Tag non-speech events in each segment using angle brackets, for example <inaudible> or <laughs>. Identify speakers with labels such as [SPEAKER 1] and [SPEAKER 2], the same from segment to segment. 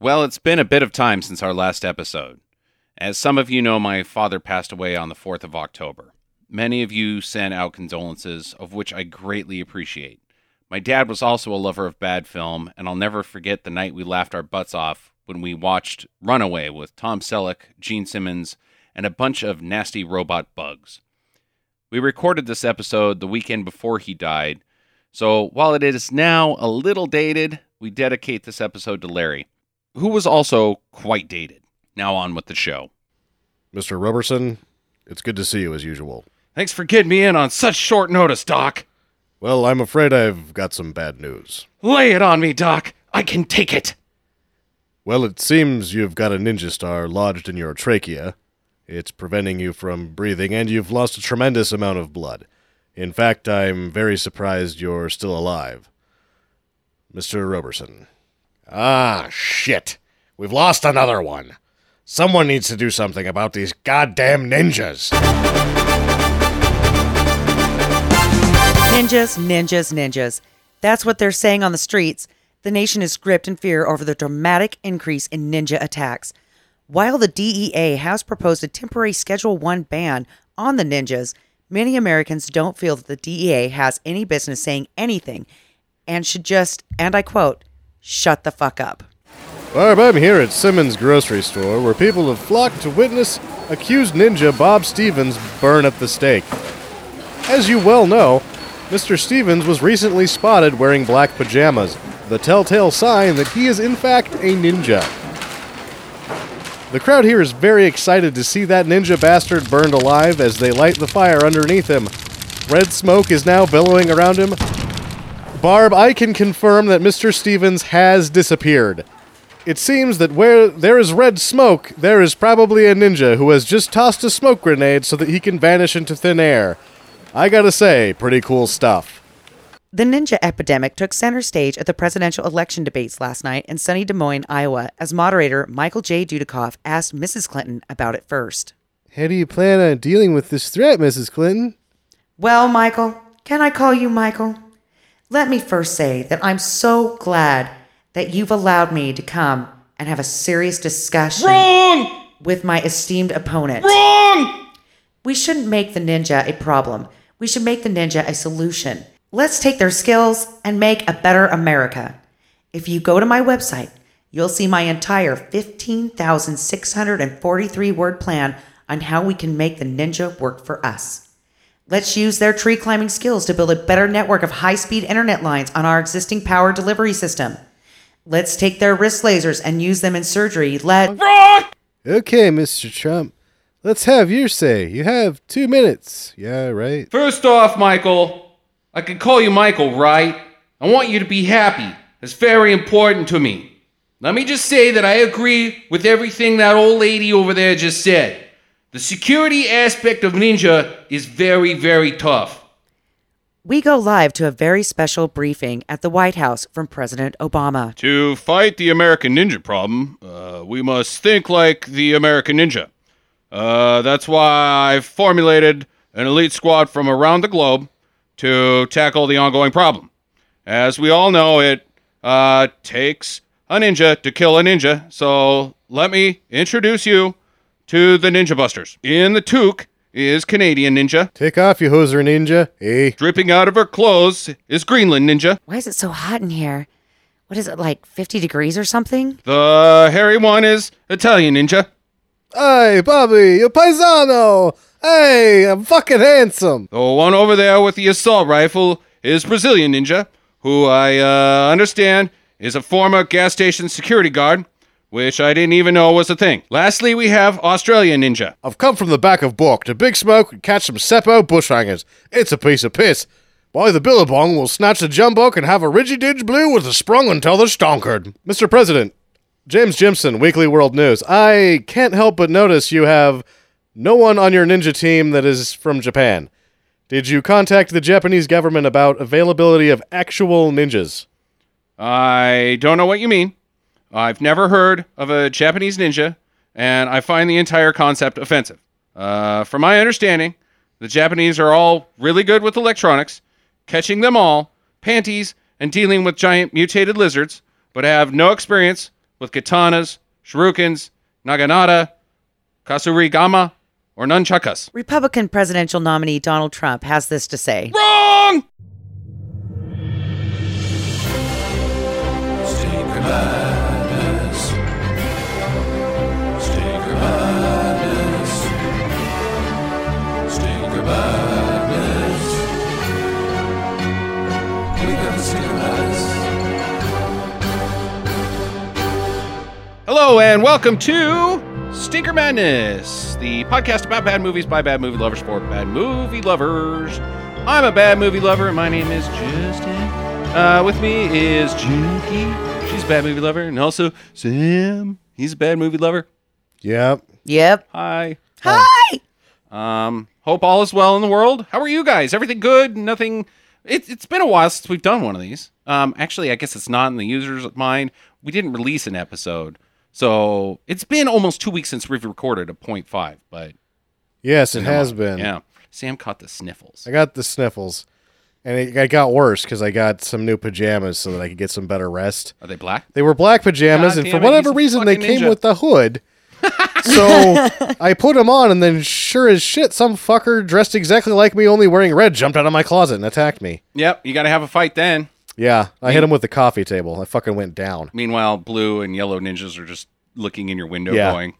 [SPEAKER 1] Well, it's been a bit of time since our last episode. As some of you know, my father passed away on the 4th of October. Many of you sent out condolences, of which I greatly appreciate. My dad was also a lover of bad film, and I'll never forget the night we laughed our butts off when we watched Runaway with Tom Selleck, Gene Simmons, and a bunch of nasty robot bugs. We recorded this episode the weekend before he died, so while it is now a little dated, we dedicate this episode to Larry, who was also quite dated. Now on with the show.
[SPEAKER 2] Mr. Roberson, it's good to see you as usual.
[SPEAKER 1] Thanks for getting me in on such short notice, Doc.
[SPEAKER 2] Well, I'm afraid I've got some bad news.
[SPEAKER 1] Lay it on me, Doc. I can take it.
[SPEAKER 2] Well, it seems you've got a ninja star lodged in your trachea. It's preventing you from breathing, and you've lost a tremendous amount of blood. In fact, I'm very surprised you're still alive. Mr. Roberson.
[SPEAKER 3] Ah, shit. We've lost another one. Someone needs to do something about these goddamn ninjas.
[SPEAKER 4] Ninjas, ninjas, ninjas. That's what they're saying on the streets. The nation is gripped in fear over the dramatic increase in ninja attacks. While the DEA has proposed a temporary Schedule 1 ban on the ninjas, many Americans don't feel that the DEA has any business saying anything and should just, and I quote, shut the fuck up.
[SPEAKER 2] Barb, I'm here at Simmons Grocery Store, where people have flocked to witness accused ninja Bob Stevens burn at the stake. As you well know, Mr. Stevens was recently spotted wearing black pajamas, the telltale sign that he is in fact a ninja. The crowd here is very excited to see that ninja bastard burned alive as they light the fire underneath him. Red smoke is now billowing around him. Barb, I can confirm that Mr. Stevens has disappeared. It seems that where there is red smoke, there is probably a ninja who has just tossed a smoke grenade so that he can vanish into thin air. I gotta say, pretty cool stuff.
[SPEAKER 4] The ninja epidemic took center stage at the presidential election debates last night in sunny Des Moines, Iowa, as moderator Michael J. Dudikoff asked Mrs. Clinton about it first.
[SPEAKER 2] How do you plan on dealing with this threat, Mrs. Clinton?
[SPEAKER 4] Well, Michael, can I call you Michael? Let me first say that I'm so glad that you've allowed me to come and have a serious discussion with my esteemed opponent. We shouldn't make the ninja a problem. We should make the ninja a solution. Let's take their skills and make a better America. If you go to my website, you'll see my entire 15,643 word plan on how we can make the ninja work for us. Let's use their tree climbing skills to build a better network of high speed internet lines on our existing power delivery system. Let's take their wrist lasers and use them in surgery. Let.
[SPEAKER 2] Okay, Mr. Trump. Let's have your say. You have two minutes. Yeah, right.
[SPEAKER 1] First off, Michael, I can call you Michael, right? I want you to be happy. It's very important to me. Let me just say that I agree with everything that old lady over there just said. The security aspect of Ninja is very, very tough.
[SPEAKER 4] We go live to a very special briefing at the White House from President Obama.
[SPEAKER 1] To fight the American Ninja problem, uh, we must think like the American Ninja. Uh, that's why I've formulated an elite squad from around the globe to tackle the ongoing problem. As we all know, it uh, takes a ninja to kill a ninja, so let me introduce you to the Ninja Busters. In the toque is Canadian Ninja.
[SPEAKER 2] Take off, you hoser ninja. Eh?
[SPEAKER 1] Dripping out of her clothes is Greenland Ninja.
[SPEAKER 4] Why is it so hot in here? What is it, like 50 degrees or something?
[SPEAKER 1] The hairy one is Italian Ninja.
[SPEAKER 2] Hey, Bobby, you paisano. Hey, I'm fucking handsome.
[SPEAKER 1] The one over there with the assault rifle is Brazilian Ninja, who I uh, understand is a former gas station security guard, which I didn't even know was a thing. Lastly, we have Australian Ninja.
[SPEAKER 2] I've come from the back of Bork to Big Smoke and catch some Seppo bush hangers. It's a piece of piss. By the Billabong, we'll snatch the jumbo and have a rigididge blue with a sprung until they're stonkered. Mr. President, James Jimson, Weekly World News. I can't help but notice you have no one on your ninja team that is from Japan. Did you contact the Japanese government about availability of actual ninjas?
[SPEAKER 1] I don't know what you mean. I've never heard of a Japanese ninja, and I find the entire concept offensive. Uh, from my understanding, the Japanese are all really good with electronics, catching them all, panties, and dealing with giant mutated lizards, but have no experience with katanas, shurikens, naginata, kasurigama, or nunchakas.
[SPEAKER 5] Republican presidential nominee Donald Trump has this to say.
[SPEAKER 1] Wrong! Hello and welcome to Stinker Madness, the podcast about bad movies by bad movie lovers for bad movie lovers. I'm a bad movie lover, and my name is Justin. Uh, with me is Junkie. She's a bad movie lover, and also Sam. He's a bad movie lover.
[SPEAKER 2] Yep.
[SPEAKER 5] Yep.
[SPEAKER 1] Hi.
[SPEAKER 5] Hi.
[SPEAKER 1] Um, hope all is well in the world. How are you guys? Everything good? Nothing. It, it's been a while since we've done one of these. Um, actually, I guess it's not in the user's mind. We didn't release an episode, so it's been almost two weeks since we've recorded a point five. But
[SPEAKER 2] Yes, it has been.
[SPEAKER 1] yeah, Sam caught the sniffles.
[SPEAKER 2] I got the sniffles, and it, it got worse because I got some new pajamas so that I could get some better rest.
[SPEAKER 1] Are they black?
[SPEAKER 2] They were black pajamas,
[SPEAKER 1] God
[SPEAKER 2] and
[SPEAKER 1] damn it,
[SPEAKER 2] for whatever
[SPEAKER 1] he's a
[SPEAKER 2] reason, they
[SPEAKER 1] fucking
[SPEAKER 2] came
[SPEAKER 1] ninja.
[SPEAKER 2] with the hood. so I put them on, and then sure as shit, some fucker dressed exactly like me, only wearing red, jumped out of my closet and attacked me.
[SPEAKER 1] Yep. You got to have a fight then.
[SPEAKER 2] Yeah, I hit him with the coffee table. I fucking went down.
[SPEAKER 1] Meanwhile, blue and yellow ninjas are just looking in your window,
[SPEAKER 2] Yeah.
[SPEAKER 1] going,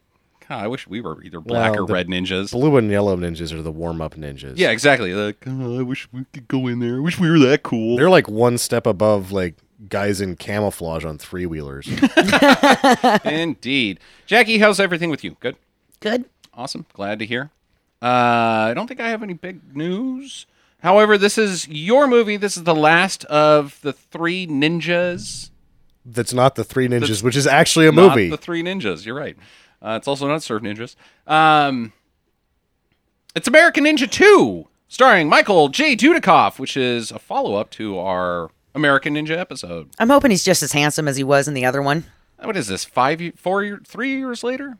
[SPEAKER 1] "God, I wish we were either black
[SPEAKER 2] Well,
[SPEAKER 1] or
[SPEAKER 2] the
[SPEAKER 1] red ninjas."
[SPEAKER 2] Blue and yellow ninjas are the warm up ninjas.
[SPEAKER 1] yeah, exactly. Like, "Oh, I wish we could go in there. I wish we were that cool.
[SPEAKER 2] They're like one step above like guys in camouflage on
[SPEAKER 1] <laughs>
[SPEAKER 2] three wheelers.
[SPEAKER 1] Indeed. Jackie, how's everything with you? Good.
[SPEAKER 5] Good.
[SPEAKER 1] Awesome. Glad to hear. Uh, I don't think I have any big news. However, this is your movie. This is the last of the three ninjas.
[SPEAKER 2] That's not the three ninjas, which is actually a
[SPEAKER 1] Not
[SPEAKER 2] movie.
[SPEAKER 1] the three ninjas. You're right. Uh, it's also not Surf Ninjas. Um, it's American Ninja 2, starring Michael J. Dudikoff, which is a follow up to our American Ninja episode.
[SPEAKER 5] I'm hoping he's just as handsome as he was in the other one.
[SPEAKER 1] What is this? Five, ye- four, year- three years later?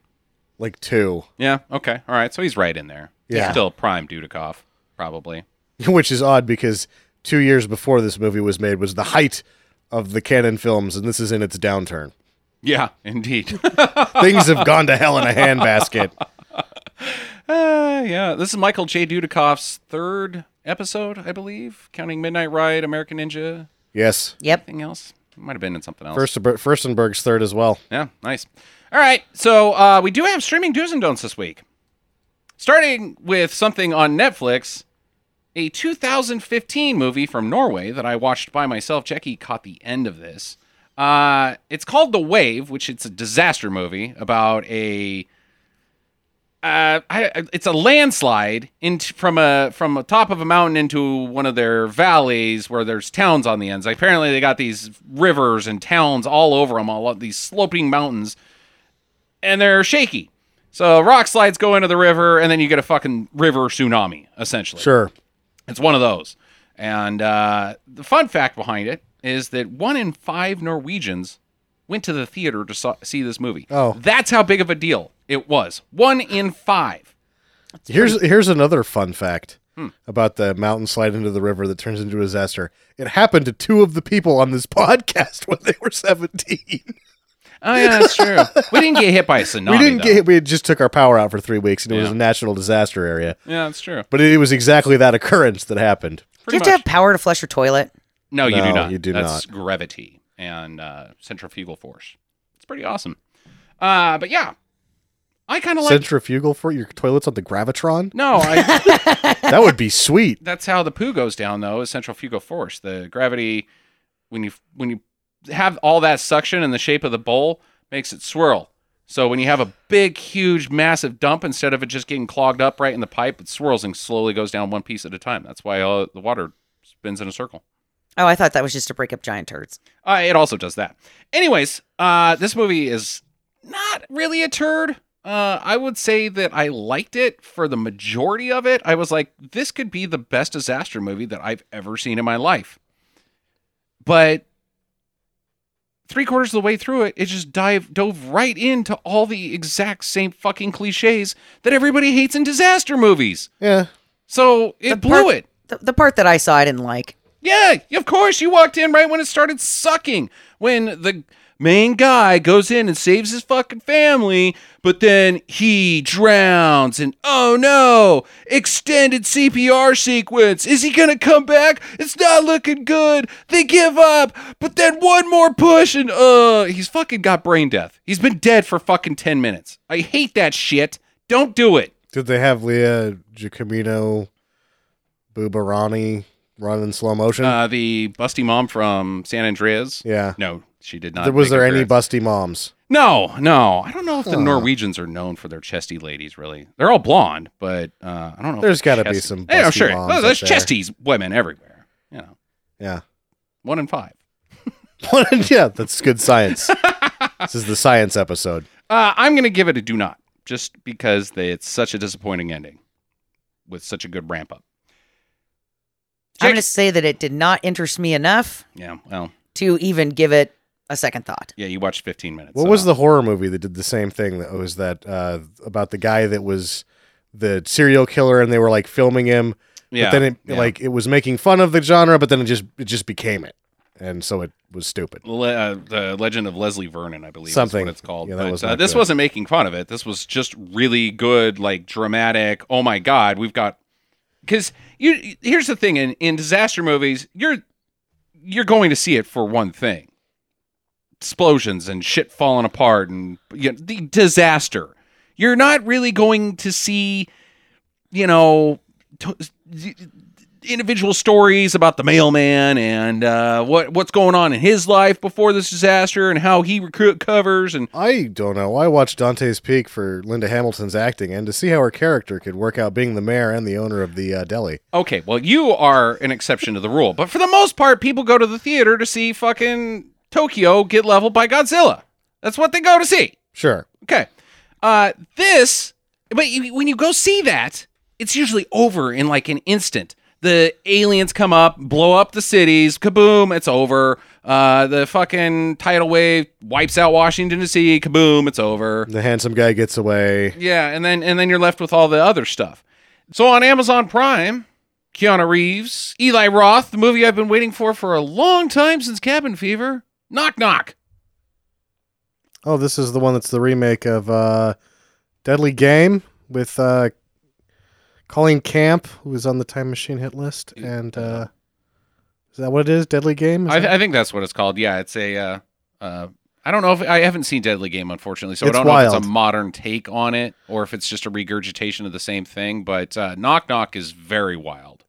[SPEAKER 2] like two,
[SPEAKER 1] Yeah. Okay. All right. So he's right in there.
[SPEAKER 2] Yeah.
[SPEAKER 1] He's still prime Dudikoff, probably.
[SPEAKER 2] <laughs> which is odd because two years before this movie was made was the height of the canon films, and this is in its downturn.
[SPEAKER 1] Yeah, indeed. <laughs>
[SPEAKER 2] Things have gone to hell in a handbasket.
[SPEAKER 1] Uh, yeah. This is Michael J. Dudikoff's third episode, I believe, counting Midnight Ride, American Ninja,
[SPEAKER 2] Yes,
[SPEAKER 5] Yep.
[SPEAKER 1] anything else. It might have been in something else.
[SPEAKER 2] First, Furstenberg's third as well.
[SPEAKER 1] Yeah, nice. All right. So uh, we do have streaming do's and don'ts this week. Starting with something on Netflix, a 2015 movie from Norway that I watched by myself. Jackie caught the end of this. Uh, it's called The Wave, which it's a disaster movie about a. Uh, I, it's a landslide into from a from the top of a mountain into one of their valleys where there's towns on the ends. apparently, they got these rivers and towns all over them, all of these sloping mountains, and they're shaky. So rock slides go into the river, and then you get a fucking river tsunami, essentially.
[SPEAKER 2] Sure.
[SPEAKER 1] It's one of those. And uh, the fun fact behind it is that one in five Norwegians went to the theater to saw, see this movie.
[SPEAKER 2] Oh.
[SPEAKER 1] That's how big of a deal it was. One in five.
[SPEAKER 2] Here's here's another fun fact about the mountain slide into the river that turns into a disaster. It happened to two of the people on this <laughs> podcast when they were seventeen.
[SPEAKER 1] Oh, yeah,
[SPEAKER 2] <laughs>
[SPEAKER 1] that's true. we didn't get hit by a tsunami.
[SPEAKER 2] we didn't
[SPEAKER 1] though.
[SPEAKER 2] get hit. We just took our power out for three weeks, and it was
[SPEAKER 1] Yeah.
[SPEAKER 2] a natural disaster area.
[SPEAKER 1] Yeah, that's true.
[SPEAKER 2] But it was exactly that occurrence that happened.
[SPEAKER 5] Do you
[SPEAKER 1] Pretty
[SPEAKER 5] have
[SPEAKER 1] much.
[SPEAKER 5] to have power to flush your toilet?
[SPEAKER 1] no, you do
[SPEAKER 2] No,
[SPEAKER 1] not.
[SPEAKER 2] you do
[SPEAKER 1] that's gravity and uh, centrifugal force. It's pretty awesome. Uh, but yeah, I kind of like.
[SPEAKER 2] Centrifugal for your toilets on the gravitron.
[SPEAKER 1] no, I.
[SPEAKER 2] that would be
[SPEAKER 1] <laughs>
[SPEAKER 2] sweet.
[SPEAKER 1] that's how the poo goes down though is centrifugal force the gravity when you when you have all that suction in the shape of the bowl makes it swirl so when you have a big huge massive dump instead of it just getting clogged up right in the pipe it swirls and slowly goes down one piece at a time that's why all the water spins in a circle
[SPEAKER 5] Oh, I thought that was just to break up giant turds.
[SPEAKER 1] uh, it also does that. Anyways, uh, this movie is not really a turd. Uh, I would say that I liked it for the majority of it. I was like, this could be the best disaster movie that I've ever seen in my life. But three quarters of the way through it, it just dive dove right into all the exact same fucking cliches that everybody hates in disaster movies.
[SPEAKER 2] Yeah.
[SPEAKER 1] So it
[SPEAKER 5] The
[SPEAKER 1] blew
[SPEAKER 5] part-
[SPEAKER 1] it.
[SPEAKER 5] The, the part that I saw, I didn't like.
[SPEAKER 1] Yeah, of course. You walked in right when it started sucking. When the main guy goes in and saves his fucking family, but then he drowns and oh no, extended CPR sequence. Is he gonna come back? It's not looking good. They give up, but then one more push and uh, he's fucking got brain death. He's been dead for fucking 10 minutes. I hate that shit. Don't do it.
[SPEAKER 2] Did they have Leah Giacomino Bubarani run in slow motion?
[SPEAKER 1] Uh, the busty mom from San Andreas.
[SPEAKER 2] yeah.
[SPEAKER 1] No, she did not.
[SPEAKER 2] There, was
[SPEAKER 1] make
[SPEAKER 2] there
[SPEAKER 1] her
[SPEAKER 2] any
[SPEAKER 1] appearance.
[SPEAKER 2] busty moms?
[SPEAKER 1] No, no. I don't know if the
[SPEAKER 2] Huh.
[SPEAKER 1] Norwegians are known for their chesty ladies. Really, they're all blonde, but uh, I don't know. if
[SPEAKER 2] There's
[SPEAKER 1] they're
[SPEAKER 2] gotta be
[SPEAKER 1] chesty.
[SPEAKER 2] some
[SPEAKER 1] Yeah, I'm
[SPEAKER 2] busty
[SPEAKER 1] sure.
[SPEAKER 2] moms out
[SPEAKER 1] there's
[SPEAKER 2] there.
[SPEAKER 1] chesty women everywhere. You know,
[SPEAKER 2] <laughs> Yeah.
[SPEAKER 1] one in five.
[SPEAKER 2] <laughs> yeah, that's
[SPEAKER 1] <laughs>
[SPEAKER 2] good science. this is the science episode.
[SPEAKER 1] Uh, I'm gonna give it a do not, just because they, it's such a disappointing ending with such a good ramp up.
[SPEAKER 5] I'm
[SPEAKER 1] Jake-
[SPEAKER 5] going to say that it did not interest me enough
[SPEAKER 1] Yeah. Well,
[SPEAKER 5] to even give it a second thought.
[SPEAKER 1] yeah. You watched 15 minutes.
[SPEAKER 2] What
[SPEAKER 1] so-
[SPEAKER 2] was the horror movie that did the same thing? That was that uh, about the guy that was the serial killer, and they were like filming him.
[SPEAKER 1] Yeah,
[SPEAKER 2] but then it
[SPEAKER 1] yeah.
[SPEAKER 2] like it was making fun of the genre, but then it just it just became it, and so it was stupid.
[SPEAKER 1] Le- uh, the Legend of Leslie Vernon, I believe, is
[SPEAKER 2] Something.
[SPEAKER 1] what it's called.
[SPEAKER 2] Yeah, that
[SPEAKER 1] But,
[SPEAKER 2] was
[SPEAKER 1] uh,
[SPEAKER 2] not
[SPEAKER 1] this
[SPEAKER 2] good.
[SPEAKER 1] wasn't making fun of it. This was just really good, like dramatic. Oh my god, we've got because you. Here's the thing: in in disaster movies, you're you're going to see it for one thing: explosions and shit falling apart and you know, the disaster. You're not really going to see, you know. t- individual stories about the mailman and uh, what what's going on in his life before this disaster and how he recu- recovers and
[SPEAKER 2] I don't know. I watched Dante's Peak for Linda Hamilton's acting, and to see how her character could work out being the mayor and the owner of the uh, deli.
[SPEAKER 1] okay well you are an exception to the rule but for the most part people go to the theater to see fucking Tokyo get leveled by Godzilla that's what they go to see
[SPEAKER 2] Sure,
[SPEAKER 1] okay uh this but you, when you go see that it's usually over in like an instant the aliens come up blow up the cities kaboom it's over uh the fucking tidal wave wipes out washington dc kaboom it's over
[SPEAKER 2] the handsome guy gets away.
[SPEAKER 1] yeah and then and then you're left with all the other stuff so on amazon prime keanu reeves eli roth the movie i've been waiting for for a long time since cabin fever knock knock
[SPEAKER 2] Oh, this is the one that's the remake of uh, Deadly Game with uh, Colleen Camp, who was on the Time Machine hit list. And uh, is that what it is? Deadly Game? Is that-
[SPEAKER 1] I, I think that's what it's called. Yeah, it's a. Uh, uh, I don't know if I haven't seen Deadly Game, unfortunately, so
[SPEAKER 2] It's
[SPEAKER 1] I don't know if
[SPEAKER 2] wild.
[SPEAKER 1] it's a modern take on it or if it's just a regurgitation of the same thing. But uh, Knock Knock is very wild.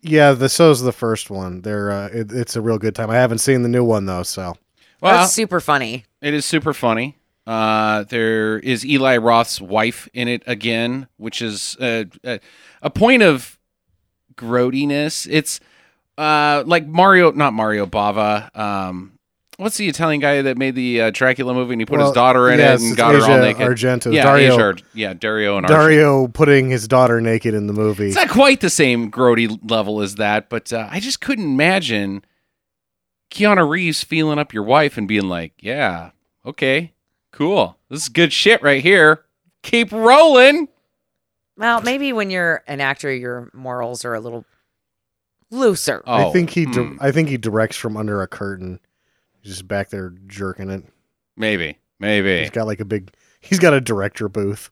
[SPEAKER 2] yeah, the so's the first one. They're uh, it, it's a real good time. I haven't seen the new one though, so
[SPEAKER 1] Well,
[SPEAKER 5] That's super funny.
[SPEAKER 1] it is super funny. Uh, there is Eli Roth's wife in it again, which is uh, a, a point of grodiness. It's uh, like Mario, not Mario Bava. Um, what's the Italian guy that made the uh, Dracula movie and he put
[SPEAKER 2] Well,
[SPEAKER 1] his daughter in
[SPEAKER 2] yes,
[SPEAKER 1] it and
[SPEAKER 2] it's
[SPEAKER 1] got her all
[SPEAKER 2] Asia
[SPEAKER 1] naked?
[SPEAKER 2] Argento,
[SPEAKER 1] yeah,
[SPEAKER 2] Dario,
[SPEAKER 1] Asia Ar- yeah, Dario and Dario.
[SPEAKER 2] Dario putting his daughter naked in the movie.
[SPEAKER 1] It's not quite the same grody level as that, but uh, I just couldn't imagine Keanu Reeves feeling up your wife and being like, "Yeah, okay, cool, this is good shit right here. Keep rolling."
[SPEAKER 5] Well, maybe when you're an actor, your morals are a little looser.
[SPEAKER 1] Oh,
[SPEAKER 2] I think he di-
[SPEAKER 1] hmm,
[SPEAKER 2] I think he directs from under a curtain. He's just back there jerking it.
[SPEAKER 1] maybe,
[SPEAKER 2] He's
[SPEAKER 1] maybe.
[SPEAKER 2] got like a big. He's got a director
[SPEAKER 5] <laughs>
[SPEAKER 2] booth.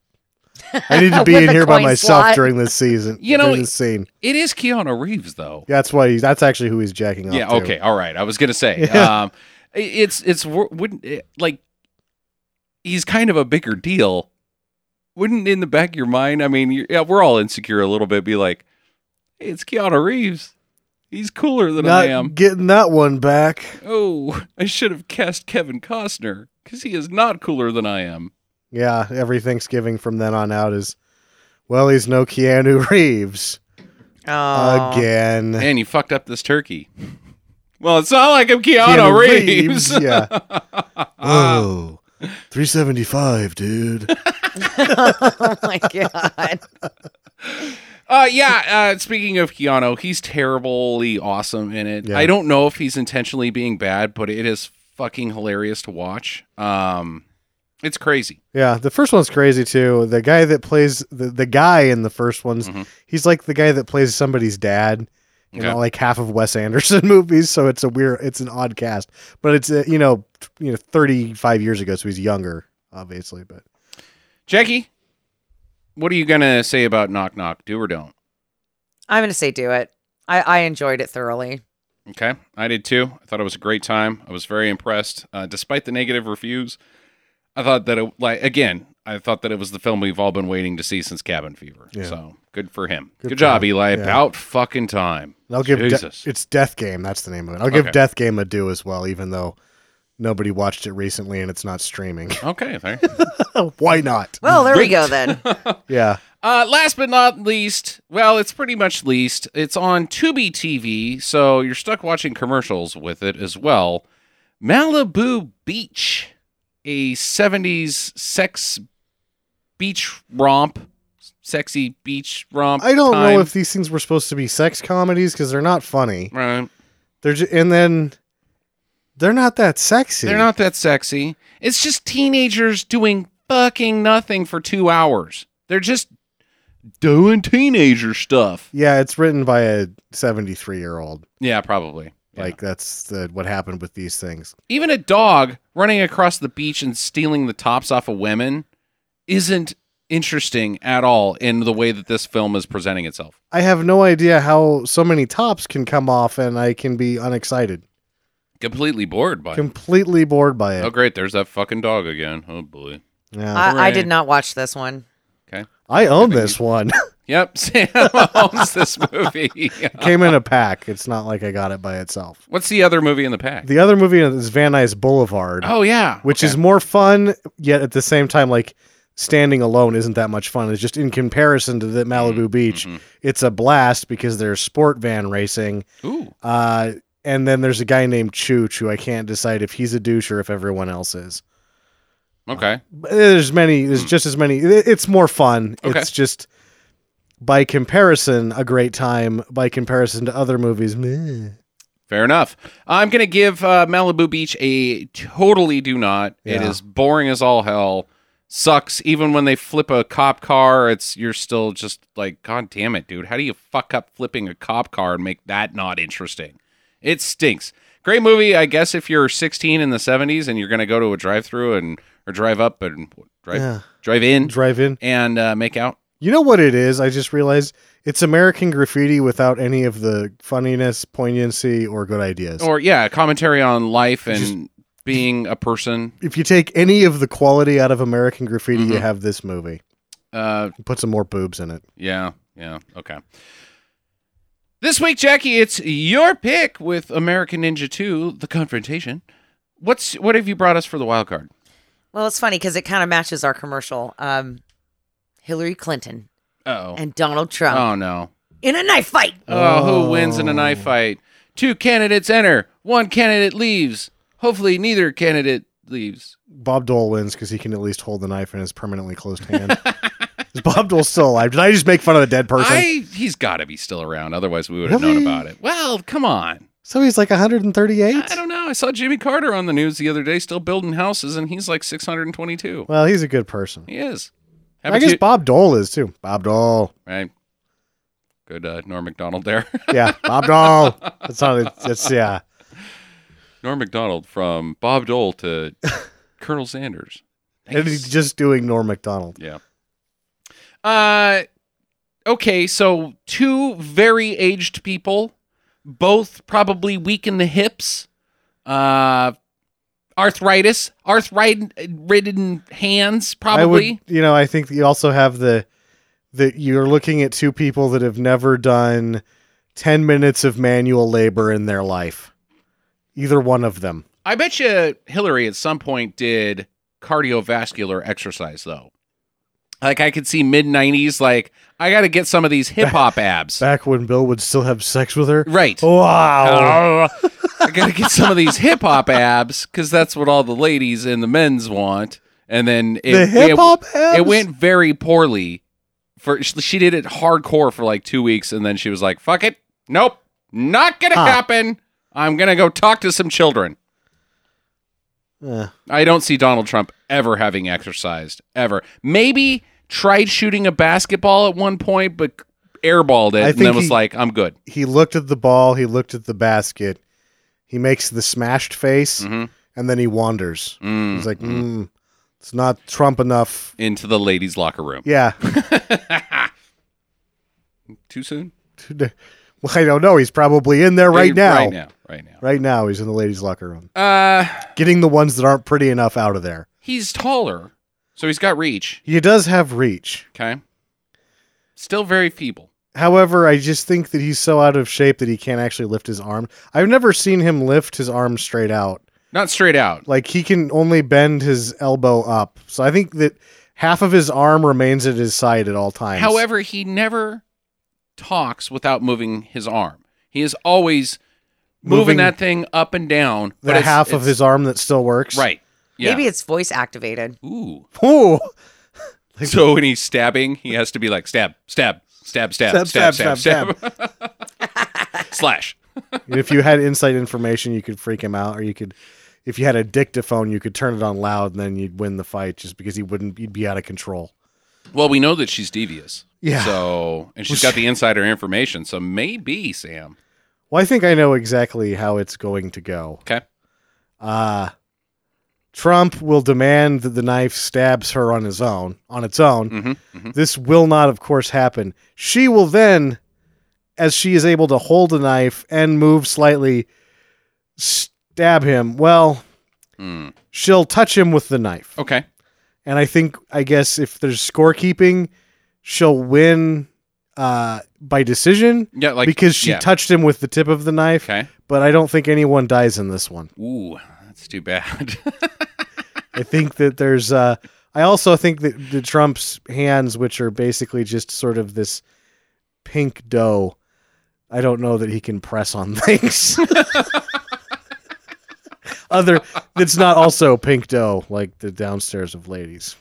[SPEAKER 2] I need to be
[SPEAKER 5] With
[SPEAKER 2] in
[SPEAKER 5] a
[SPEAKER 2] here by
[SPEAKER 5] coin
[SPEAKER 2] myself
[SPEAKER 5] slot.
[SPEAKER 2] during this season.
[SPEAKER 1] <laughs> You know,
[SPEAKER 2] during this scene.
[SPEAKER 1] It is Keanu Reeves though.
[SPEAKER 2] Yeah, that's why he's. That's actually who he's jacking off.
[SPEAKER 1] Yeah.
[SPEAKER 2] to.
[SPEAKER 1] Okay. All right. I was gonna say.
[SPEAKER 2] <laughs> Yeah.
[SPEAKER 1] Um, i- it's it's wor- wouldn't it, like he's kind of a bigger deal. Wouldn't in the back of your mind? I mean, you yeah, we're all insecure a little bit. Be like, hey, it's Keanu Reeves. He's cooler than
[SPEAKER 2] Not
[SPEAKER 1] I am.
[SPEAKER 2] getting that one back.
[SPEAKER 1] Oh, <laughs> I should have cast Kevin Costner because he is not cooler than I
[SPEAKER 2] <laughs>
[SPEAKER 1] am.
[SPEAKER 2] Yeah, every Thanksgiving from then on out is. Well, he's no Keanu <laughs> Reeves
[SPEAKER 1] Uh,
[SPEAKER 5] Oh.
[SPEAKER 2] again.
[SPEAKER 1] And you fucked up this turkey. <laughs> Well, it's not like I'm Keanu,
[SPEAKER 2] Keanu
[SPEAKER 1] Reeves. <laughs> Ah,
[SPEAKER 2] yeah. oh, 375, dude.
[SPEAKER 5] oh <laughs> my god.
[SPEAKER 1] Uh, yeah. Uh, speaking of Keanu, he's terribly awesome in it.
[SPEAKER 2] Yeah.
[SPEAKER 1] I don't know if he's intentionally being bad, but it is fucking hilarious to watch. Um, it's crazy.
[SPEAKER 2] yeah, the first one's crazy too. The guy that plays the, the guy in the first one's he's like the guy that plays somebody's dad. in
[SPEAKER 1] Mm-hmm. Okay.
[SPEAKER 2] like half of Wes Anderson <laughs> movies, so it's a weird, it's an odd cast. But it's uh, you know, t- you know, thirty five years ago, so he's younger, obviously. But
[SPEAKER 1] Jackie, what are you gonna say about knock knock? Do or don't?
[SPEAKER 5] I'm gonna say do it. I, I enjoyed it thoroughly.
[SPEAKER 1] Okay, I did too. I thought it was a great time. I was very impressed, uh, despite the negative reviews. I thought that it like again. I thought that it was the film we've all been waiting to see since Cabin Fever.
[SPEAKER 2] Yeah.
[SPEAKER 1] So good for him. Good,
[SPEAKER 2] Good
[SPEAKER 1] job,
[SPEAKER 2] job.
[SPEAKER 1] Eli.
[SPEAKER 2] Yeah.
[SPEAKER 1] About fucking time.
[SPEAKER 2] and I'll give De-
[SPEAKER 1] Jesus.
[SPEAKER 2] it's Death Game. That's the name of it. I'll give
[SPEAKER 1] Okay.
[SPEAKER 2] Death Game a do as well, even though nobody watched it recently and it's not streaming. <laughs>
[SPEAKER 1] Okay, there.
[SPEAKER 2] Why not?
[SPEAKER 5] Well, there
[SPEAKER 1] Great.
[SPEAKER 5] we go then.
[SPEAKER 1] <laughs>
[SPEAKER 2] Yeah,
[SPEAKER 1] Uh, last but not least, well, it's pretty much least. It's on Tubi TV, so you're stuck watching commercials with it as well. Malibu Beach, a 70s sex beach romp, sexy beach romp.
[SPEAKER 2] I don't
[SPEAKER 1] time.
[SPEAKER 2] know if these things were supposed to be sex comedies because they're not funny.
[SPEAKER 1] Right.
[SPEAKER 2] They're ju- and then they're not that sexy.
[SPEAKER 1] They're not that sexy. It's just teenagers doing fucking nothing for two hours. They're just doing teenager stuff.
[SPEAKER 2] Yeah, it's written by a seventy three year old.
[SPEAKER 1] Yeah, probably. Yeah.
[SPEAKER 2] Like that's the, what happened with these things.
[SPEAKER 1] even a dog running across the beach and stealing the tops off of women isn't interesting at all in the way that this film is presenting itself.
[SPEAKER 2] I have no idea how so many tops can come off, and I can be unexcited,
[SPEAKER 1] Completely bored by it.
[SPEAKER 2] completely bored by it.
[SPEAKER 1] Oh, great. There's that fucking dog again. Oh, boy.
[SPEAKER 2] Yeah.
[SPEAKER 5] I, I
[SPEAKER 1] Hooray.
[SPEAKER 5] did not watch this one.
[SPEAKER 2] I own this one.
[SPEAKER 1] <laughs> Yep. Sam owns this movie. <laughs>
[SPEAKER 2] Came in a pack. It's not like I got it by itself.
[SPEAKER 1] What's the other movie in the pack?
[SPEAKER 2] The other movie is Van Nuys Boulevard,
[SPEAKER 1] oh, yeah.
[SPEAKER 2] which
[SPEAKER 1] Okay.
[SPEAKER 2] is more fun, yet at the same time, like standing alone isn't that much fun. It's just in comparison to the Malibu Beach,
[SPEAKER 1] Mhm.
[SPEAKER 2] it's a blast because there's sport van racing.
[SPEAKER 1] Ooh.
[SPEAKER 2] Uh, and then there's a guy named Chooch who I can't decide if he's a douche or if everyone else is.
[SPEAKER 1] Okay.
[SPEAKER 2] But There's many. There's just as many. it- It's more fun.
[SPEAKER 1] Mm. Okay.
[SPEAKER 2] It's just by comparison a great time. By comparison to other movies, meh.
[SPEAKER 1] Fair enough. I'm going to give uh, Malibu Beach a totally do not. It
[SPEAKER 2] Yeah.
[SPEAKER 1] is boring as all hell. Sucks. Even when they flip a cop car, it's you're still just like, God damn it, dude. How do you fuck up flipping a cop car and make that not interesting? It stinks. Great movie, I guess, if you're 16 in the 70s and you're going to go to a drive-through and or drive up and drive
[SPEAKER 2] Yeah.
[SPEAKER 1] drive in
[SPEAKER 2] drive in.
[SPEAKER 1] and uh, make out.
[SPEAKER 2] You know what it is? I just realized it's American graffiti without any of the funniness, poignancy, or good ideas.
[SPEAKER 1] Or yeah, commentary on life and being a person.
[SPEAKER 2] if you take any of the quality out of American graffiti, you
[SPEAKER 1] Mhm.
[SPEAKER 2] have this movie.
[SPEAKER 1] Uh,
[SPEAKER 2] Put some more boobs in it.
[SPEAKER 1] Yeah, yeah, okay. This week, Jackie, it's your pick with American Ninja 2, The Confrontation. What's what have you brought us for the wild card?
[SPEAKER 5] Well, it's funny because it kind of matches our commercial. Um, Hillary Clinton
[SPEAKER 1] Oh,
[SPEAKER 5] and Donald Trump
[SPEAKER 1] oh no!
[SPEAKER 5] in a knife fight.
[SPEAKER 1] Oh, who wins in a knife fight? Two candidates enter, one candidate leaves. Hopefully, neither candidate leaves.
[SPEAKER 2] Bob Dole wins because he can at least hold the knife in his permanently closed
[SPEAKER 1] <laughs>
[SPEAKER 2] hand. Is Bob Dole still alive? Did I just make fun of a dead person?
[SPEAKER 1] I he's got to be still around, otherwise we would have known
[SPEAKER 2] Really?
[SPEAKER 1] about it. Well, come on.
[SPEAKER 2] So he's like 138.
[SPEAKER 1] I don't know. I saw Jimmy Carter on the news the other day, still building houses, and he's like 622.
[SPEAKER 2] Well, he's a good person.
[SPEAKER 1] He is.
[SPEAKER 2] I guess
[SPEAKER 1] Happy-
[SPEAKER 2] Bob Dole is too. Bob Dole.
[SPEAKER 1] right? Good uh, Norm McDonald there. <laughs>
[SPEAKER 2] Yeah, Bob Dole. That's not. It, that's yeah.
[SPEAKER 1] Norm McDonald from Bob Dole
[SPEAKER 2] <laughs>
[SPEAKER 1] to Colonel Sanders.
[SPEAKER 2] And he's just doing Norm Macdonald.
[SPEAKER 1] Yeah. Uh, okay, so two very aged people, both probably weak in the hips, uh, arthritis, arthritis-ridden hands,
[SPEAKER 2] I would.
[SPEAKER 1] probably.
[SPEAKER 2] You know, I think you also have the that you're looking at two people that have never done 10 minutes of manual labor in their life. Either one of them.
[SPEAKER 1] I bet you Hillary at some point did cardiovascular exercise though. Like I could see mid nineties, like I got to get some of these hip
[SPEAKER 2] <laughs>
[SPEAKER 1] hop abs.
[SPEAKER 2] Back Oh. when Bill would still have sex with her.
[SPEAKER 1] Right,
[SPEAKER 2] Wow.
[SPEAKER 1] Uh, I got to get some of these hip hop abs because that's what all the ladies and the men's want. And then it,
[SPEAKER 2] the hip hop
[SPEAKER 1] it, it went very poorly. For she she did it hardcore for like two weeks, and then she was like, "Fuck it, nope, not gonna
[SPEAKER 2] Huh.
[SPEAKER 1] happen. I'm gonna go talk to some children."
[SPEAKER 2] Uh,
[SPEAKER 1] I don't see Donald Trump ever having exercised ever. Maybe tried shooting a basketball at one point, but airballed it
[SPEAKER 2] I
[SPEAKER 1] and
[SPEAKER 2] think
[SPEAKER 1] then was
[SPEAKER 2] he-
[SPEAKER 1] like, I'm good.
[SPEAKER 2] He looked at the ball. He looked at the basket. He makes the smashed face,
[SPEAKER 1] Mhm.
[SPEAKER 2] and then he wanders.
[SPEAKER 1] Mm,
[SPEAKER 2] He's like,
[SPEAKER 1] mm.
[SPEAKER 2] mm, "It's not Trump enough."
[SPEAKER 1] into the ladies' locker room.
[SPEAKER 2] Yeah, <laughs>
[SPEAKER 1] Too soon?
[SPEAKER 2] well, I don't know. He's probably in there right
[SPEAKER 1] Hey,
[SPEAKER 2] now.
[SPEAKER 1] Right now. Right now.
[SPEAKER 2] Right now, he's in the ladies' locker room,
[SPEAKER 1] Uh,
[SPEAKER 2] getting the ones that aren't pretty enough out of there.
[SPEAKER 1] he's taller, so he's got reach.
[SPEAKER 2] He does have reach.
[SPEAKER 1] Okay. Still very feeble.
[SPEAKER 2] However, I just think that he's so out of shape that he can't actually lift his arm. I've never seen him lift his arm straight out.
[SPEAKER 1] Not straight out.
[SPEAKER 2] Like he can only bend his elbow up. So I think that half of his arm remains at his side at all times.
[SPEAKER 1] However, he never talks without moving his arm. He is always moving,
[SPEAKER 2] Moving
[SPEAKER 1] that thing up and down.
[SPEAKER 2] the
[SPEAKER 1] it's-
[SPEAKER 2] half of
[SPEAKER 1] it's-
[SPEAKER 2] his arm that still works.
[SPEAKER 1] Right. Yeah.
[SPEAKER 4] Maybe it's voice activated.
[SPEAKER 1] Ooh.
[SPEAKER 2] <laughs> Ooh.
[SPEAKER 1] So when he's stabbing, he has to be like stab, stab, stab, stab, stab,
[SPEAKER 2] Stab,
[SPEAKER 1] stab,
[SPEAKER 2] stab,
[SPEAKER 1] stab, <laughs> slash.
[SPEAKER 2] if you had insight information, you could freak him out, or you could. If you had a dictaphone, you could turn it on loud, and then you'd win the fight just because he wouldn't. He'd be out of control.
[SPEAKER 1] Well, we know that she's devious.
[SPEAKER 2] Yeah.
[SPEAKER 1] So and she's got the insider information. So maybe Sam.
[SPEAKER 2] Well, I think I know exactly how it's going to go.
[SPEAKER 1] Okay.
[SPEAKER 2] Uh Trump will demand that the knife stabs her on his own, on its own.
[SPEAKER 1] Mhm, mhm.
[SPEAKER 2] This will not of course happen. She will then as she is able to hold the knife and move slightly stab him. Well,
[SPEAKER 1] Mm. Oh.
[SPEAKER 2] she'll touch him with the knife.
[SPEAKER 1] Okay.
[SPEAKER 2] And I think I guess if there's scorekeeping, she'll win uh by decision
[SPEAKER 1] Yeah. Like
[SPEAKER 2] because she
[SPEAKER 1] yeah.
[SPEAKER 2] touched him with the tip of the knife.
[SPEAKER 1] Okay.
[SPEAKER 2] But I don't think anyone dies in this one.
[SPEAKER 1] Ooh, that's too bad. <laughs>
[SPEAKER 2] I think that there's. Uh, I also think that the Trump's hands, which are basically just sort of this pink dough, I don't know that he can press on <laughs> things. Other that's not also pink dough like the downstairs of ladies.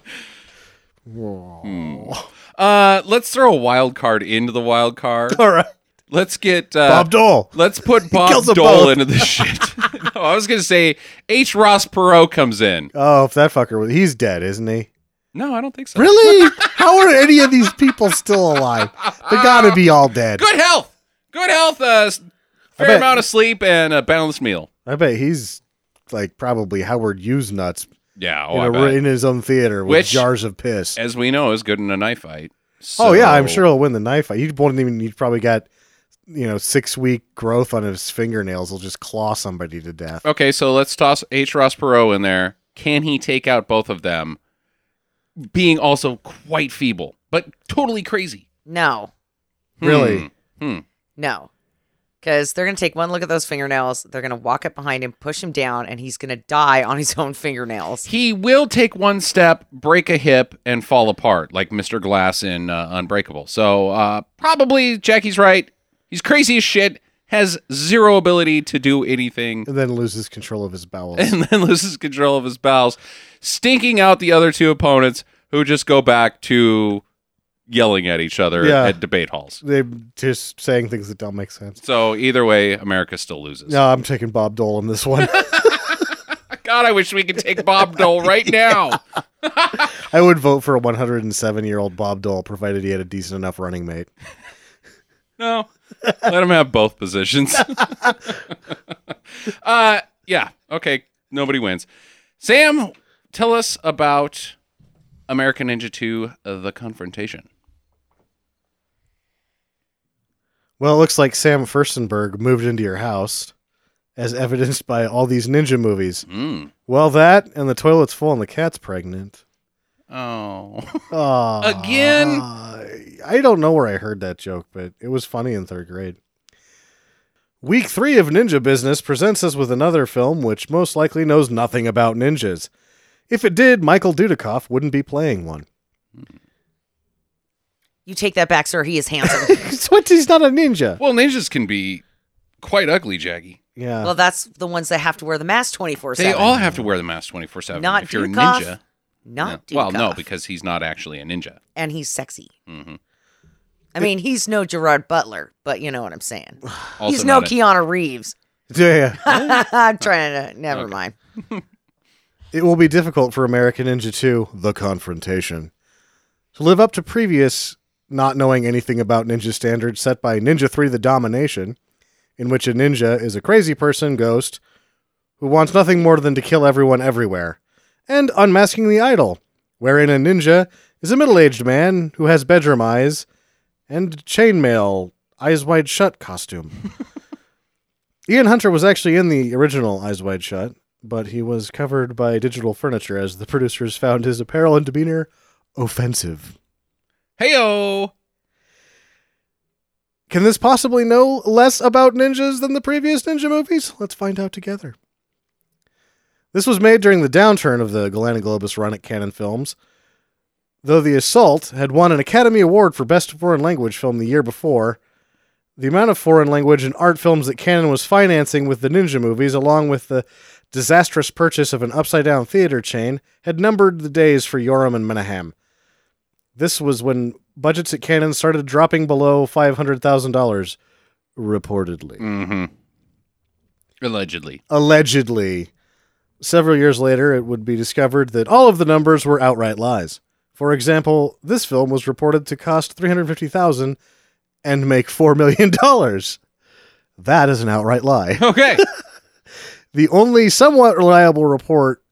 [SPEAKER 1] uh, let's throw a wild card into the wild card.
[SPEAKER 2] <laughs> All right,
[SPEAKER 1] Let's get uh,
[SPEAKER 2] Bob Dole.
[SPEAKER 1] Let's
[SPEAKER 2] <laughs>
[SPEAKER 1] put Bob
[SPEAKER 2] kills them
[SPEAKER 1] Dole
[SPEAKER 2] both.
[SPEAKER 1] into this
[SPEAKER 2] <laughs>
[SPEAKER 1] shit. <laughs> no, I was gonna say H. Ross Perot comes in.
[SPEAKER 2] Oh, if that fucker was, he's dead, isn't he?
[SPEAKER 1] No, I don't think so.
[SPEAKER 2] Really? How are any of these people still alive? They gotta be all dead.
[SPEAKER 1] Good health, good health, uh, s-
[SPEAKER 2] I
[SPEAKER 1] fair
[SPEAKER 2] bet.
[SPEAKER 1] amount of sleep, and a balanced meal.
[SPEAKER 2] I bet he's like probably Howard Hughes nuts
[SPEAKER 1] Yeah, oh,
[SPEAKER 2] in,
[SPEAKER 1] I
[SPEAKER 2] a-
[SPEAKER 1] bet.
[SPEAKER 2] in his own theater with
[SPEAKER 1] Which-
[SPEAKER 2] jars of piss.
[SPEAKER 1] as we know, is good in a knife fight.
[SPEAKER 2] oh yeah, I'm
[SPEAKER 1] So-
[SPEAKER 2] sure he'll win the knife fight. He won't even. He probably got you know six week growth on his fingernails. He'll just claw somebody to death.
[SPEAKER 1] Okay, so let's toss H. Ross Perot in there. Can he take out both of them? Being also quite feeble, but totally crazy.
[SPEAKER 4] No,
[SPEAKER 2] Really?
[SPEAKER 1] Hmm. Hmm.
[SPEAKER 4] no. Because they're going to take one look at those fingernails. They're going to walk up behind him, push him down, and he's going to die on his own fingernails.
[SPEAKER 1] He will take one step, break a hip, and fall apart like Mr. Glass in uh, Unbreakable. So uh, probably Jackie's right. He's crazy as shit, has zero ability to do anything,
[SPEAKER 2] And then loses control of his
[SPEAKER 1] <laughs>
[SPEAKER 2] bowels.
[SPEAKER 1] and then loses control of his bowels, stinking out the other two opponents who just go back to yelling at each other
[SPEAKER 2] Yeah.
[SPEAKER 1] at debate halls.
[SPEAKER 2] They're just saying things that don't make sense.
[SPEAKER 1] So either way, America still loses.
[SPEAKER 2] No, I'm taking Bob Dole on this one. <laughs>
[SPEAKER 1] God, I wish we could take Bob Dole right now.
[SPEAKER 2] I would vote for a 107 year old Bob Dole, provided he had a decent enough running mate.
[SPEAKER 1] No. Let him have both positions. uh yeah. Okay. Nobody wins. Sam, tell us about American Ninja 2 uh, The Confrontation.
[SPEAKER 2] Well, it looks like Sam Furstenberg moved into your house, as evidenced by all these ninja movies.
[SPEAKER 1] Mm.
[SPEAKER 2] Well, that and the toilet's full and the cat's pregnant.
[SPEAKER 1] Oh.
[SPEAKER 2] Aw.
[SPEAKER 1] Again?
[SPEAKER 2] Uh, I don't know where I heard that joke, but it was funny in third grade. Week three of Ninja Business presents us with another film which most likely knows nothing about ninjas. If it did, Michael Dudikoff wouldn't be playing one.
[SPEAKER 4] You take that back, sir. He
[SPEAKER 1] <laughs>
[SPEAKER 4] is handsome.
[SPEAKER 2] <laughs> what? He's not a
[SPEAKER 1] <laughs>
[SPEAKER 2] ninja.
[SPEAKER 1] Well, ninjas can be quite ugly, Jackie.
[SPEAKER 2] Yeah.
[SPEAKER 4] well, that's the ones that have to wear the mask 24
[SPEAKER 1] They
[SPEAKER 4] 7.
[SPEAKER 1] all have to wear the mask 24 7
[SPEAKER 4] Not
[SPEAKER 1] if you're a
[SPEAKER 4] Dudikoff.
[SPEAKER 1] ninja.
[SPEAKER 4] Not
[SPEAKER 1] No. Well, no,
[SPEAKER 4] Dudikoff.
[SPEAKER 1] because he's not actually a ninja.
[SPEAKER 4] And he's sexy.
[SPEAKER 1] Mhm.
[SPEAKER 4] I mean, he's no Gerard Butler, but you know what I'm saying.
[SPEAKER 1] <sighs> Also
[SPEAKER 4] he's no
[SPEAKER 1] not a-
[SPEAKER 4] Keanu Reeves. <laughs>
[SPEAKER 2] yeah.
[SPEAKER 4] I'm trying to. Never mind.
[SPEAKER 2] It will be difficult for American Ninja 2, The Confrontation, to live up to previous not knowing anything about ninja standards set by Ninja 3 The Domination, in which a ninja is a crazy person ghost who wants nothing more than to kill everyone everywhere, and Unmasking the Idol, wherein a ninja is a middle aged man who has bedroom eyes and chainmail, eyes wide shut costume. Ian Hunter was actually in the original Eyes Wide Shut, but he was covered by digital furniture as the producers found his apparel and demeanor offensive.
[SPEAKER 1] Heyo.
[SPEAKER 2] Can this possibly know less about ninjas than the previous ninja movies? Let's find out together. This was made during the downturn of the Galana Globus run at Canon Films, though The Assault had won an Academy Award for Best Foreign Language Film the year before. The amount of foreign language and art films that Canon was financing with the ninja movies, along with the disastrous purchase of an upside down theater chain, had numbered the days for Yoram and Menahem. This was when budgets at Canon started dropping below $500,000, reportedly.
[SPEAKER 1] Mm-hmm. Allegedly.
[SPEAKER 2] Allegedly. Several years later, it would be discovered that all of the numbers were outright lies. For example, this film was reported to cost 350000 and make $4 million. <laughs> That is an
[SPEAKER 1] <laughs>
[SPEAKER 2] outright lie.
[SPEAKER 1] Okay.
[SPEAKER 2] The only somewhat reliable report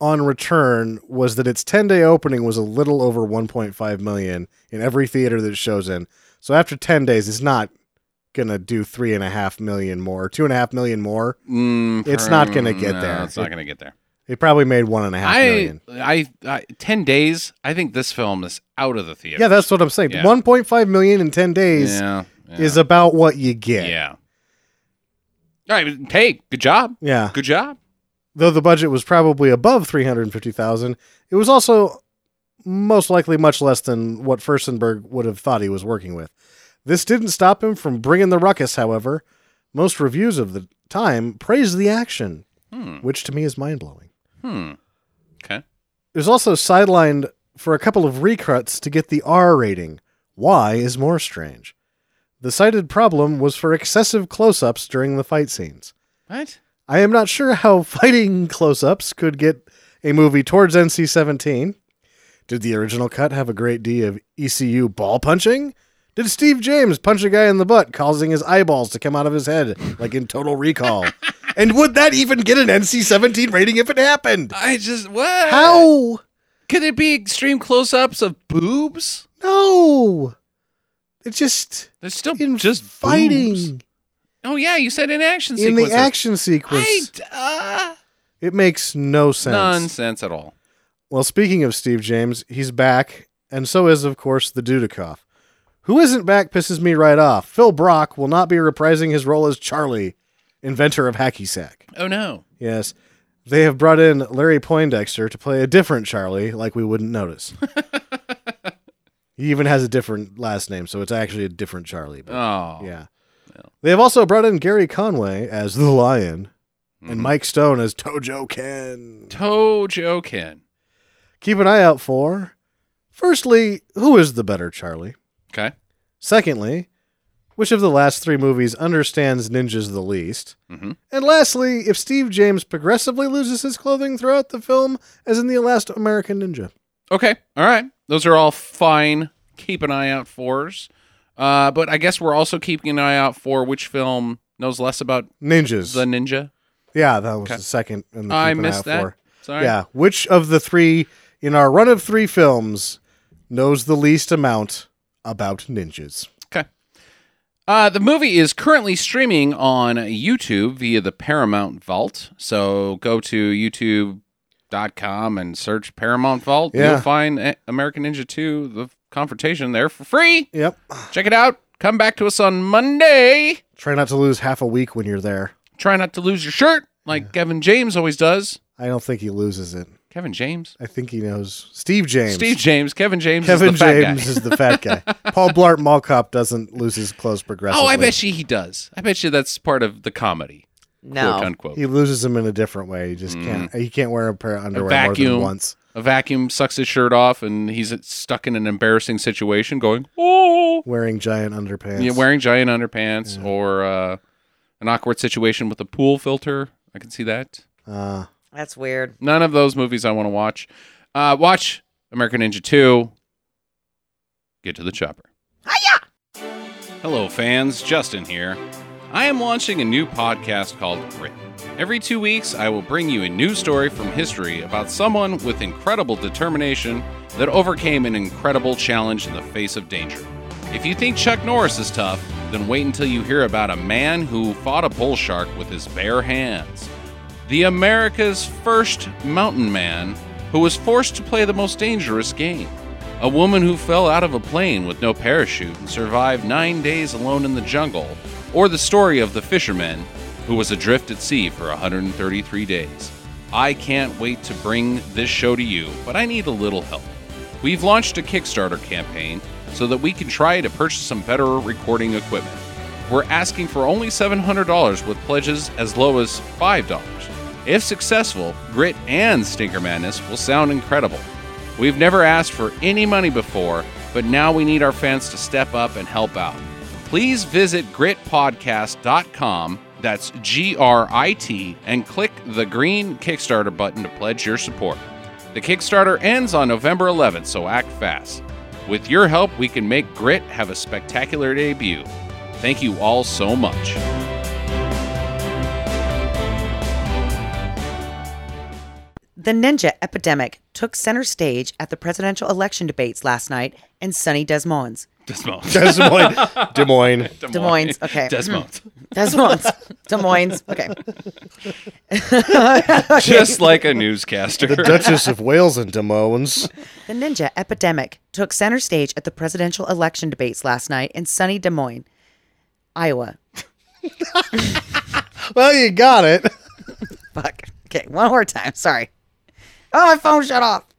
[SPEAKER 2] on return was that its 10 day opening was a little over 1.5 million in every theater that it shows in. So after 10 days, it's not going to do three and a half million more, two and a half million more.
[SPEAKER 1] Mm,
[SPEAKER 2] It's not gonna get
[SPEAKER 1] no,
[SPEAKER 2] there.
[SPEAKER 1] It's not going to get there.
[SPEAKER 2] It probably made one and a half million.
[SPEAKER 1] I, I, I, ten days. I think this film is out of the theater.
[SPEAKER 2] Yeah, that's what I'm saying.
[SPEAKER 1] Yeah.
[SPEAKER 2] 1.5 million in 10 days
[SPEAKER 1] yeah, yeah,
[SPEAKER 2] is about what you get.
[SPEAKER 1] yeah. All right. Hey, good job.
[SPEAKER 2] Yeah.
[SPEAKER 1] Good job.
[SPEAKER 2] Though the budget was probably above 350,000, it was also most likely much less than what Furstenberg would have thought he was working with. This didn't stop him from bringing the ruckus, however. Most reviews of the time praised the action,
[SPEAKER 1] Hmm.
[SPEAKER 2] which to me is mind-blowing.
[SPEAKER 1] Hmm. Okay.
[SPEAKER 2] It was also sidelined for a couple of recuts to get the R rating. Why is more strange. The cited problem was for excessive close-ups during the fight scenes.
[SPEAKER 1] What?
[SPEAKER 2] I am not sure how <laughs> fighting close ups could get a movie towards NC 17. Did the original cut have a great D of ECU ball punching? Did Steve James punch a guy in the butt, causing his eyeballs to come out of his head, like in Total Recall? and would that even get an NC 17 rating if it happened?
[SPEAKER 1] I just what?
[SPEAKER 2] How?
[SPEAKER 1] could it be extreme close-ups of boobs?
[SPEAKER 2] No. It's just
[SPEAKER 1] There's still
[SPEAKER 2] in
[SPEAKER 1] just
[SPEAKER 2] fighting
[SPEAKER 1] boobs. Oh yeah, you said in action
[SPEAKER 2] in
[SPEAKER 1] sequences.
[SPEAKER 2] the action sequence.
[SPEAKER 1] I,
[SPEAKER 2] It makes no
[SPEAKER 1] uh,
[SPEAKER 2] sense.
[SPEAKER 1] nonsense at all.
[SPEAKER 2] Well, speaking of Steve James, he's back, and so is, of course, the Dudikoff. Who isn't back pisses me right off. Phil Brock will not be reprising his role as Charlie, inventor of Hacky Sack.
[SPEAKER 1] Oh no.
[SPEAKER 2] Yes, they have brought in Larry Poindexter to play a different Charlie, like we
[SPEAKER 1] <laughs>
[SPEAKER 2] wouldn't notice. he even has a different last name, so it's actually a different Charlie. But
[SPEAKER 1] Oh
[SPEAKER 2] yeah. They have also brought in Gary Conway as the Lion,
[SPEAKER 1] Mm-hmm.
[SPEAKER 2] and Mike Stone as Tojo Ken.
[SPEAKER 1] Tojo Ken.
[SPEAKER 2] keep an eye out for firstly, who is the better Charlie?
[SPEAKER 1] Okay.
[SPEAKER 2] Secondly, which of the last three movies understands ninjas the least?
[SPEAKER 1] Mhm.
[SPEAKER 2] And lastly, if Steve James progressively loses his clothing throughout the film, as in the last American Ninja.
[SPEAKER 1] Okay. All right. Those are all fine. Keep an eye out for's. Uh, but I guess we're also keeping an eye out for which film knows less about
[SPEAKER 2] Ninjas.
[SPEAKER 1] the ninja.
[SPEAKER 2] yeah, that was
[SPEAKER 1] Okay.
[SPEAKER 2] the second. And the
[SPEAKER 1] I
[SPEAKER 2] keep an eye
[SPEAKER 1] missed
[SPEAKER 2] out
[SPEAKER 1] that.
[SPEAKER 2] for.
[SPEAKER 1] Sorry.
[SPEAKER 2] Yeah, which of the three in our run of three films knows the least amount about ninjas?
[SPEAKER 1] Okay. Uh, the movie is currently streaming on YouTube via the Paramount Vault. So go to youtube.com and search Paramount Vault.
[SPEAKER 2] Yeah.
[SPEAKER 1] You'll find A- American Ninja 2, The Confrontation, there for free.
[SPEAKER 2] Yep.
[SPEAKER 1] Check it out. Come back to us on Monday.
[SPEAKER 2] Try not to lose half a week when you're there.
[SPEAKER 1] Try not to lose your shirt like Kevin James always does.
[SPEAKER 2] I don't think he loses it.
[SPEAKER 1] Kevin James?
[SPEAKER 2] I think he knows Steve James.
[SPEAKER 1] Steve James, Kevin James,
[SPEAKER 2] Kevin
[SPEAKER 1] is the fat
[SPEAKER 2] James
[SPEAKER 1] guy.
[SPEAKER 2] is the
[SPEAKER 1] <laughs>
[SPEAKER 2] fat guy. Paul Blart Mall Cop doesn't lose his clothes progressively.
[SPEAKER 1] Oh, I bet you he does. I bet you that's part of the comedy, quote
[SPEAKER 4] No.
[SPEAKER 1] unquote.
[SPEAKER 2] he loses them in a different way. He just can't. He can't wear a pair of underwear more
[SPEAKER 1] Mm. vacuum.
[SPEAKER 2] than once.
[SPEAKER 1] A vacuum sucks his shirt off, and he's stuck in an embarrassing situation, going oh,
[SPEAKER 2] Wearing giant underpants.
[SPEAKER 1] yeah, wearing giant underpants or uh, an awkward situation with a pool filter. I can see that. <laughs>
[SPEAKER 2] uh,
[SPEAKER 4] That's weird.
[SPEAKER 1] None of those movies I want to watch. Uh, watch American Ninja Two. Get to the chopper. Hello, fans. Justin here. I am launching a new podcast called Grit. Every two weeks, I will bring you a new story from history about someone with incredible determination that overcame an incredible challenge in the face of danger. If you think Chuck Norris is tough, then wait until you hear about a man who fought a bull shark with his bare hands the America's first mountain man who was forced to play the most dangerous game. A woman who fell out of a plane with no parachute and survived nine days alone in the jungle, or the story of the fisherman who was adrift at sea for 133 days. I can't wait to bring this show to you, but I need a little help. We've launched a Kickstarter campaign so that we can try to purchase some better recording equipment. We're asking for only $700 with pledges as low as $5. If successful, Grit and Stinker Madness will sound incredible. We've never asked for any money before, but now we need our fans to step up and help out. Please visit gritpodcast.com, that's G R I T, and click the green Kickstarter button to pledge your support. The Kickstarter ends on November 11th, so act fast. With your help, we can make Grit have a spectacular debut. Thank you all so much.
[SPEAKER 5] The ninja epidemic took center stage at the presidential election debates last night in sunny Des Moines.
[SPEAKER 1] Desmond.
[SPEAKER 2] Des Moines. Des Moines.
[SPEAKER 5] Des Moines, okay. <laughs>
[SPEAKER 1] Desmond.
[SPEAKER 5] Des Moines. Des Moines, okay.
[SPEAKER 1] Just like a
[SPEAKER 5] <laughs>
[SPEAKER 1] newscaster.
[SPEAKER 2] Duchess of Wales and Des Moines.
[SPEAKER 5] The ninja epidemic took center stage at the presidential election debates last night in sunny Des Moines, Iowa.
[SPEAKER 2] Well, you got it.
[SPEAKER 5] Fuck. Okay, one more time. Sorry. Oh, my phone shut off.